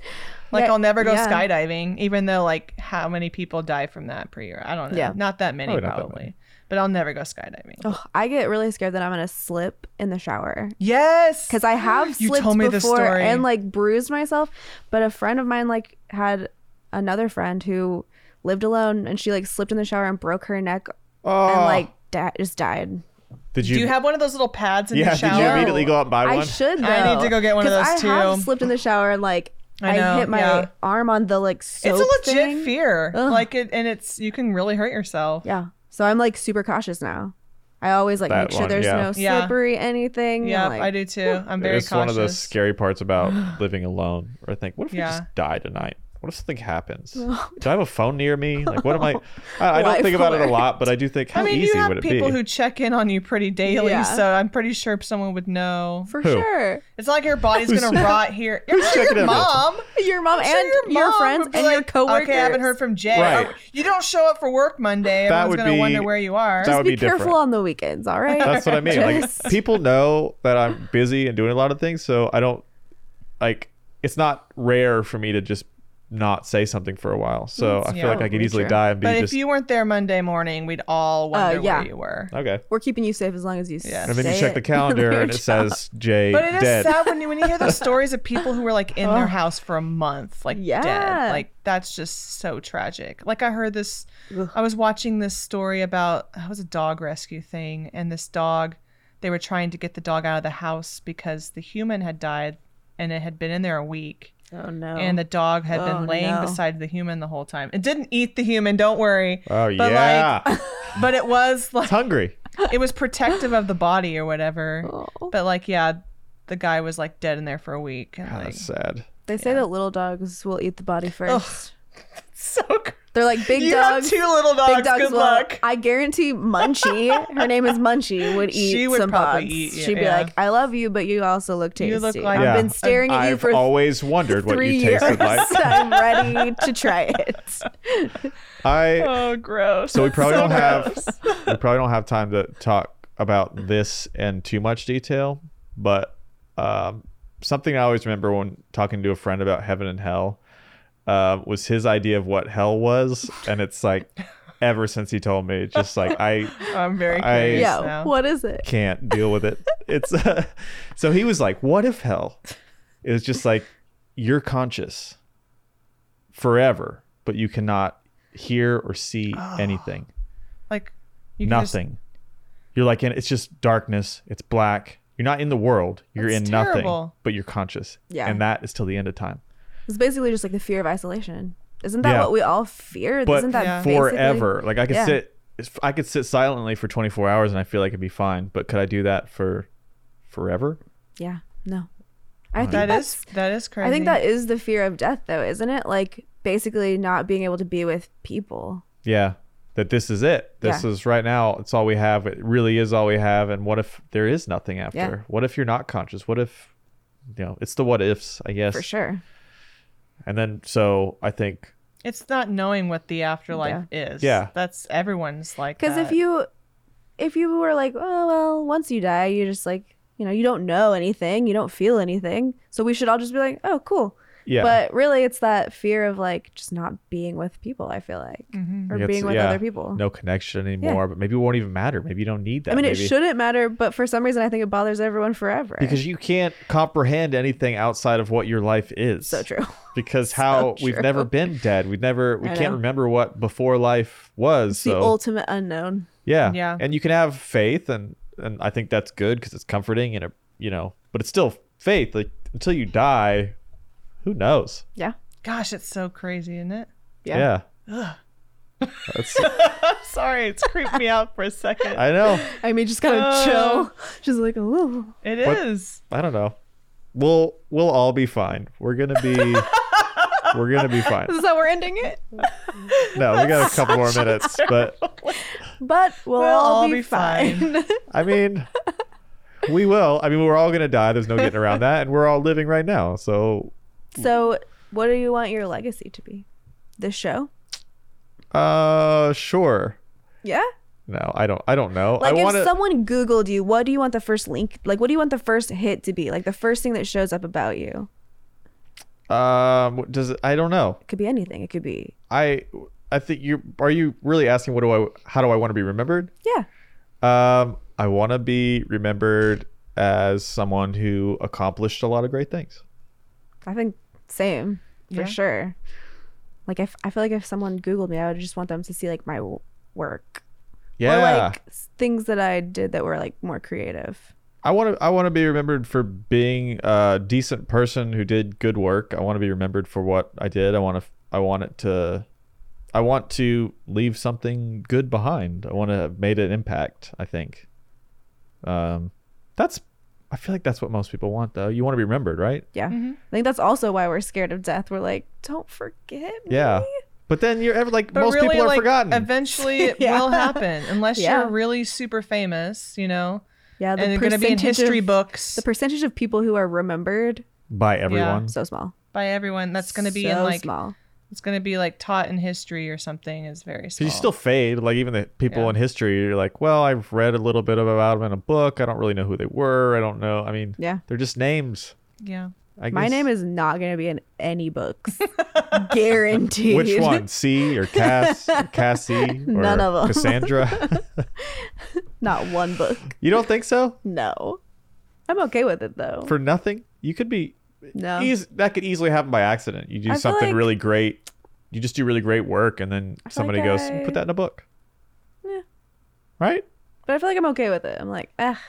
D: like
E: Yeah,
D: i'll never go
E: yeah.
D: skydiving even though like how many people die from that per year i don't know
E: Yeah.
D: not that many
C: Probably
D: probably,
C: not that many.
D: but i'll never go skydiving
E: Oh, I get really scared that I'm gonna slip in the shower
D: yes
E: because I have
D: You
E: slipped
D: told me this
E: before
D: story.
E: and like bruised myself. But a friend of mine like had another friend who lived alone and she like slipped in the shower and broke her neck
C: Oh,
E: and like di- just died.
C: did you?
D: do you have one of those little pads in
C: yeah,
D: the
C: did
D: shower
C: you immediately go out and buy
E: I
C: one?
E: should. Though,
D: I need to go get one of
E: 'cause
D: those,
E: I have
D: too.
E: slipped in the shower and like
D: I
E: I,
D: know,
E: hit my
D: yeah.
E: arm on the like soap.
D: it's a legit
E: thing.
D: fear
E: Ugh.
D: like it and it's you can really hurt yourself
E: Yeah, so I'm like super cautious now. I always like
C: That
E: make sure
C: one,
E: there's
C: yeah.
E: no
D: Yeah.
E: slippery anything.
D: yeah
E: and, like,
D: i do too i'm very
C: it's
D: cautious
C: one of those scary parts about living alone. Or I think, what if
D: Yeah.
C: you just die tonight? What if something happens? Do I have a phone near me? Like, what am I? I, I don't
E: Life
C: think about it a
E: alert.
C: lot, but I do think how
D: I mean,
C: easy
D: you
C: would
D: have
C: it
D: people
C: be?
D: who check in on you pretty daily,
E: Yeah.
D: so I'm pretty sure someone would know.
E: For
C: Who?
E: sure.
D: It's not like your body's gonna rot here. I'm sure
C: checking
D: your
C: in on you?
D: mom.
E: Your mom
D: I'm sure
E: and your,
D: mom
E: friends
D: would be
E: and your
D: like,
E: coworkers.
D: Okay, I haven't heard from Jay.
C: Right.
D: Oh, you don't show up for work Monday. Everyone's
C: would
D: gonna
C: be-
D: wonder where you are.
C: that would
E: Be,
C: be
E: careful
C: different.
E: on the weekends, all right?
C: That's what I mean.
E: Just-
C: Like people know that I'm busy and doing a lot of things, so I don't like it's not rare for me to just not say something for a while. So I feel
D: yeah.
C: like I could
E: Totally
C: easily
E: true.
C: die and be
D: but if
C: just
D: you weren't there Monday morning, we'd all wonder
E: Uh, yeah.
D: where you were.
C: okay.
E: We're keeping you safe as long as you
D: Yes.
E: stay
C: And then you check
E: it.
C: the calendar
E: Your
C: and it
E: job.
C: says Jay
D: But it is
C: dead.
D: sad when you when you hear those stories of people who were like in their house for a month, like
E: Oh. Yeah.
D: dead. Like that's just so tragic. Like I heard this
E: Ugh.
D: I was watching this story about it was a dog rescue thing and this dog they were trying to get the dog out of the house because the human had died and it had been in there a week
E: Oh no.
D: and the dog had
E: Oh,
D: been laying
E: no.
D: beside the human the whole time. It didn't eat the human, don't worry.
C: Oh
D: But,
C: yeah,
D: But it was like
C: it's hungry.
D: it was protective of the body or whatever.
E: Oh.
D: But like, yeah, the guy was like dead in there for a week. And
C: God,
D: like,
C: that's sad.
E: They say that little dogs will eat the body first.
D: so cr-
E: They're like big
D: you have
E: dogs.
D: two little dogs.
E: Big dogs
D: Good
E: will.
D: luck.
E: I guarantee Munchie, her name is Munchie, would eat
D: She would
E: some
D: probably
E: bugs.
D: eat, yeah,
E: She'd be
D: yeah.
E: like, "I love you, but you also look tasty.
D: You look like-
E: I've
C: Yeah.
E: been staring at you
C: I've
E: for
C: always wondered what
E: three
C: you
E: years.
C: tasted like.
E: I'm ready to try it."
C: I
D: oh, gross.
C: So we probably
D: So
C: don't have we probably don't have time to talk about this in too much detail, but um, something I always remember when talking to a friend about heaven and hell uh, was his idea of what hell was, and it's like ever since he told me, it's just like I
D: I'm very
C: I-
D: curious
E: Yeah,
D: now.
E: what is it?
C: can't deal with it. It's uh, so he was like, "What if hell is just like you're conscious forever, but you cannot hear or see anything."
D: Like you can just-
C: nothing. You're like in it's just darkness. It's black. You're not in the world. You're
D: That's
C: in nothing,
D: terrible.
C: but you're conscious.
E: Yeah.
C: And that is till the end of time.
E: It's basically just like the fear of isolation. Isn't that
C: Yeah.
E: what we all fear?
C: But
E: Isn't that
D: Yeah.
E: basically-
C: forever. Like I could
E: Yeah.
C: sit I could sit silently for 24 hours and I feel like it'd be fine, but could I do that for forever?
E: Yeah. No. I think
D: That
E: that's-
D: is that is crazy.
E: I think that is the fear of death, though, isn't it? Like basically not being able to be with people.
C: Yeah. That this is it. This
E: Yeah.
C: is right now. It's all we have. It really is all we have. And what if there is nothing after?
E: Yeah.
C: What if you're not conscious? What if you know, it's the what ifs, I guess.
E: For sure.
C: And then so I think
D: it's not knowing what the afterlife is.
C: Yeah.
D: that's everyone's like.
E: Because if
D: that.
E: you, if you were like, oh well, once you die, you just like, you know, you don't know anything, you don't feel anything, so we should all just be like, oh, cool.
C: yeah.
E: But really, it's that fear of like just not being with people. I feel like,
D: Mm-hmm.
E: or
C: Yeah, it's-
E: being with
C: yeah,
E: other people.
C: No connection anymore, but maybe it won't even matter. Maybe you don't need that.
E: I mean,
C: maybe.
E: it shouldn't matter, but for some reason, I think it bothers everyone forever.
C: because you can't comprehend anything outside of what your life is.
E: so true.
C: Because how we've
E: true.
C: never been dead, we've never we
E: I
C: can't
E: know.
C: remember what before life was.
E: It's
C: so
E: the ultimate unknown.
C: yeah,
D: Yeah.
C: and you can have faith, and and I think that's good because it's comforting, and it, you know, but it's still faith. Like until you die, who knows?
E: Yeah.
D: gosh, it's so crazy, isn't it?
C: Yeah. That's,
D: Sorry, it's creeped me out for a second.
C: I know.
E: I mean, just kind of
D: Oh.
E: chill. She's like, oh.
D: It is.
C: But- I don't know. We'll we'll all be fine. We're gonna be we're gonna be fine.
E: Is that we're ending it?
C: No, we got a couple more minutes, but
E: But we'll, all, be, fine.
C: I mean, we will. I mean, we're all gonna die. There's no getting around that, and we're all living right now. So,
E: So, what do you want your legacy to be? This show?
C: uh, sure.
E: Yeah.
C: No, I don't. I don't know.
E: Like,
C: I
E: if
C: want to.
E: someone Googled you, what do you want the first link? Like, what do you want the first hit to be? Like, the first thing that shows up about you.
C: um, does it, I don't know.
E: It could be anything. It could be,
C: I I think you are you really asking what do I how do I want to be remembered?
E: yeah.
C: Um, I want to be remembered as someone who accomplished a lot of great things.
E: I think same for
D: Yeah.
E: sure. Like, if I feel like if someone Googled me, I would just want them to see like my w- work
C: Yeah.
E: or like s- things that I did that were like more creative.
C: I want to I want to be remembered for being a decent person who did good work. I want to be remembered for what I did. I want to I want it to I want to leave something good behind. I want to have made an impact, I think. Um that's I feel like that's what most people want, though. You want to be remembered, right?
E: Yeah.
D: Mm-hmm.
E: I think that's also why we're scared of death. We're like, don't forget me.
C: Yeah. But then you're ever like
D: But
C: most
D: really,
C: people are
D: like,
C: forgotten.
D: Eventually, it
E: Yeah.
D: will happen unless
E: Yeah.
D: you're really super famous, you know,
E: Yeah. The
D: and you're going to be in
E: percentage
D: history
E: of,
D: books
E: The percentage of people who are remembered
C: by everyone.
E: so small.
D: by everyone. That's going to be in
E: So
D: like
E: small. it's
D: it's going to be like taught in history or something. Is very small.
C: Because you still fade. Like even the people
D: Yeah.
C: in history, you're like, well, I've read a little bit about them in a book. I don't really know who they were. I don't know. I mean,
E: Yeah.
C: they're just names.
D: yeah.
C: I
E: My
C: guess.
E: name is not going to be in any books, guaranteed.
C: Which one? C or Cass? or Cassie? Or
E: None of 'em.
C: Cassandra?
E: Not one book.
C: you don't think so?
E: No, I'm okay with it though.
C: For nothing? You could be.
E: no,
C: Eas- that could easily happen by accident. You do
E: I feel
C: something
E: like-
C: really great. You just do really great work, and then
E: feel
C: somebody
E: like
C: goes,
E: I-
C: "Put that in a book."
E: Yeah.
C: Right?
E: but I feel like I'm okay with it. I'm like, ah,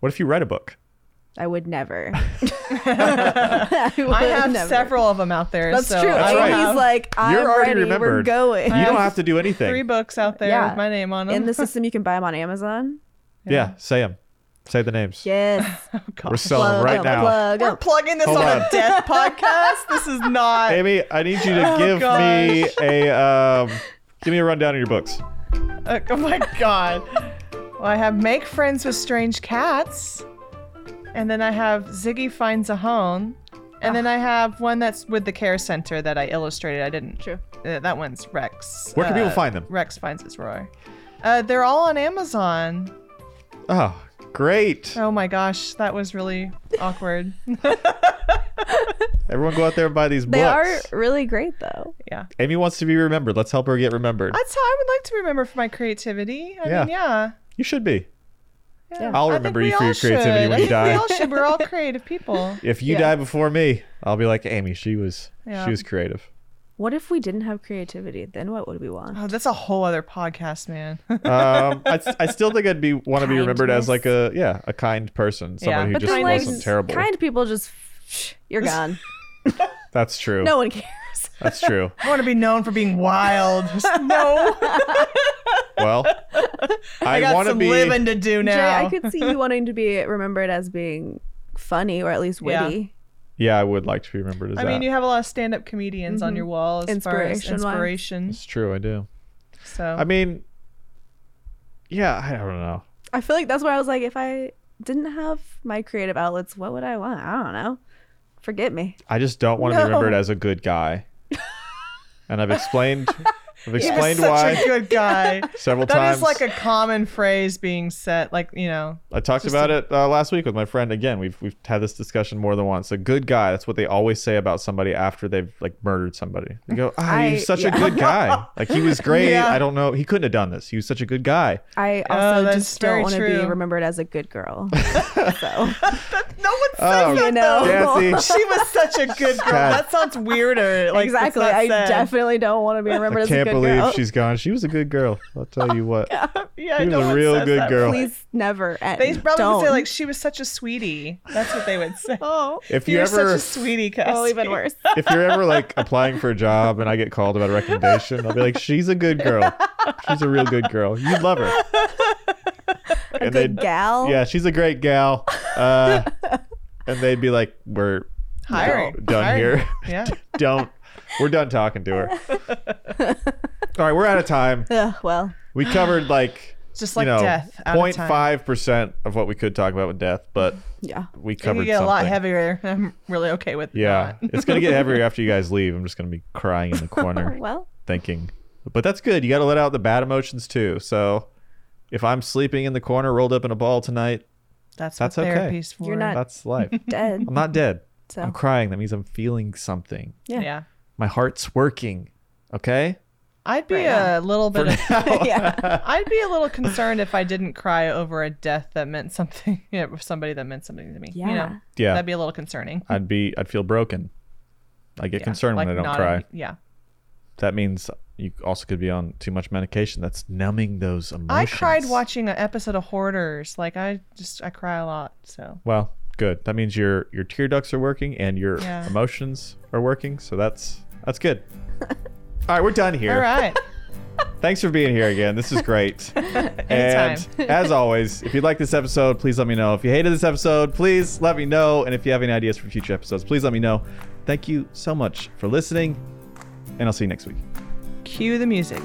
C: What if you write a book?
E: I would never. I, would
D: I have
E: never.
D: several of them out there.
E: That's
D: so
E: true.
D: I
C: That's
E: Amy's
C: right.
D: have
E: like, I'm
C: You're already
E: ready. We're
C: remembered.
E: going.
C: You don't have to do anything.
D: three books out there
E: Yeah.
D: with my name on them.
E: In the system, you can buy them on Amazon.
C: yeah. Say them. Say the names.
E: Yes,
D: Oh, God.
C: We're selling 'em right now.
E: Plug 'em.
D: We're plugging this
C: Hold
D: on,
C: on.
D: a death podcast. This is not.
C: Amy, I need you to
D: Oh,
C: give me a um, give me a rundown of your books.
D: Uh, oh my god. Well, I have Make Friends with Strange Cats. And then I have Ziggy Finds a Home. And then I have one that's with the care center that I illustrated. I didn't.
E: True.
D: Uh, that one's Rex.
C: Where can people
D: uh,
C: find them?
D: Rex Finds His Roar. Uh, they're all on Amazon.
C: Oh, great!
D: Oh my gosh, that was really awkward.
C: Everyone go out there and buy these
E: They
C: books.
E: are really great though.
D: yeah.
C: Amy wants to be remembered. Let's help her get remembered.
D: That's how I would like to remember for my creativity. I
C: Yeah.
D: mean, yeah.
C: You should be.
D: yeah.
C: I'll
D: I think
C: remember
D: we
C: you for
D: all
C: your creativity
D: should.
C: when
D: I
C: you
D: think We
C: die.
D: all should. We're all creative people.
C: If you
E: Yeah.
C: die before me, I'll be like Amy. She was
D: Yeah.
C: she was creative.
E: What if we didn't have creativity? Then what would we want?
D: Oh, that's a whole other podcast, man.
C: Um, I, I still think I'd be want to be remembered as
E: Kindness.
C: like a yeah a kind person, someone
D: Yeah.
C: who
D: But
C: just
D: then, like,
C: wasn't terrible.
E: Kind people just, shh, you're gone.
C: That's true.
E: no one cares.
C: That's true.
D: I want to be known for being wild. Just- no,
C: Well, I,
D: I got
C: want to
D: some
C: be.
D: living to do now.
E: Jay, I could see you wanting to be remembered as being funny or at least
D: Yeah.
E: witty.
C: Yeah, I would like to be remembered as
D: I
C: that.
D: mean, you have a lot of stand-up comedians on your wall as far as
E: Inspiration-wise.
D: inspiration.
C: it's true. I do.
D: So
C: I mean, yeah, I don't know.
E: I feel like that's where I was like, if I didn't have my creative outlets, what would I want? I don't know. Forget me.
C: I just don't want to be
D: No.
C: remembered as a good guy. and I've explained, I've
D: he was
C: explained
D: such
C: why
D: a good guy.
C: several
D: That
C: times.
D: is like a common phrase being said. Like you know,
C: I talked about it uh, last week with my friend. Again, we've we've had this discussion more than once. A good guy. That's what they always say about somebody after they've like murdered somebody. They go, "Ah,
E: I-
C: he's such a
E: yeah.
C: good guy. Like he was great.
D: Yeah.
C: I don't know. He couldn't have done this. He was such a good guy."
E: I also
D: that's
E: just don't
D: very
E: want to be
D: true.
E: remembered as a good girl.
D: no one says
C: Oh,
D: that
E: you know.
D: though.
C: Cassie.
D: She was such a good girl.
C: God.
D: That sounds weirder. Like that's
E: exactly.
D: not
E: I
D: said.
E: definitely don't want to be remembered
C: I
E: as a
C: can't
E: good
C: believe
E: girl.
C: she's gone. She was a good girl. I'll tell you what.
D: Yeah,
C: She was
D: no
C: a
D: one
C: real
D: says
C: good
D: that.
C: girl.
E: Please never end.
D: They probably would
E: don't.
D: say like she was such a sweetie. That's what they would say.
E: oh,
C: If you
D: You're
C: ever
D: such a sweetie, Cassie.
E: oh, even worse.
C: if you're ever like applying for a job and I get called about a recommendation, I'll be like, she's a good girl. She's a real good girl. You love her. and
E: Good
C: they'd-
E: gal.
C: Yeah, she's a great gal. Uh, and they'd be like, we're
D: Hiring.
C: done
D: Hiring.
C: here.
D: Yeah.
C: Don't. We're done talking to her. All right, we're out of time.
E: Ugh, well,
C: We covered like,
D: Just like
C: you know,
D: death. Out of time.
C: 0.5% of what we could talk about with death, but
E: yeah.
C: we
D: It
C: covered
D: could get a lot
C: something.
D: heavier. I'm really okay with
C: Yeah,
D: that.
C: it's gonna get heavier after you guys leave. I'm just gonna be crying in the corner,
E: Well,
C: thinking. But that's good. You got to let out the bad emotions too. So, if I'm sleeping in the corner, rolled up in a ball tonight,
D: That's
C: That's
D: what
C: okay.
D: therapy's for.
E: You're not-
C: that's life.
E: dead.
C: I'm not dead.
E: So.
C: I'm crying. That means I'm feeling something.
E: Yeah.
D: Yeah.
C: My heart's working. Okay.
D: I'd be
E: Right
D: a little bit. Of,
E: yeah.
D: I'd be a little concerned if I didn't cry over a death that meant something. Yeah, with somebody that meant something to me. You
E: Yeah.
D: know?
C: Yeah.
D: That'd be a little concerning.
C: I'd be. I'd feel broken. I get
D: Yeah,
C: concerned
D: like
C: when I don't
D: not
C: cry.
D: a- yeah.
C: That means you also could be on too much medication. That's numbing those emotions.
D: I cried watching an episode of Hoarders. Like I just I cry a lot. So
C: Well, good. That means your your tear ducts are working and your
D: Yeah.
C: emotions are working. So that's that's good. All right, we're done here.
D: all right.
C: Thanks for being here again. This is great. and as always, if you like this episode, please let me know. If you hated this episode, please let me know. And if you have any ideas for future episodes, please let me know. Thank you so much for listening, and I'll see you next week.
D: Cue the music.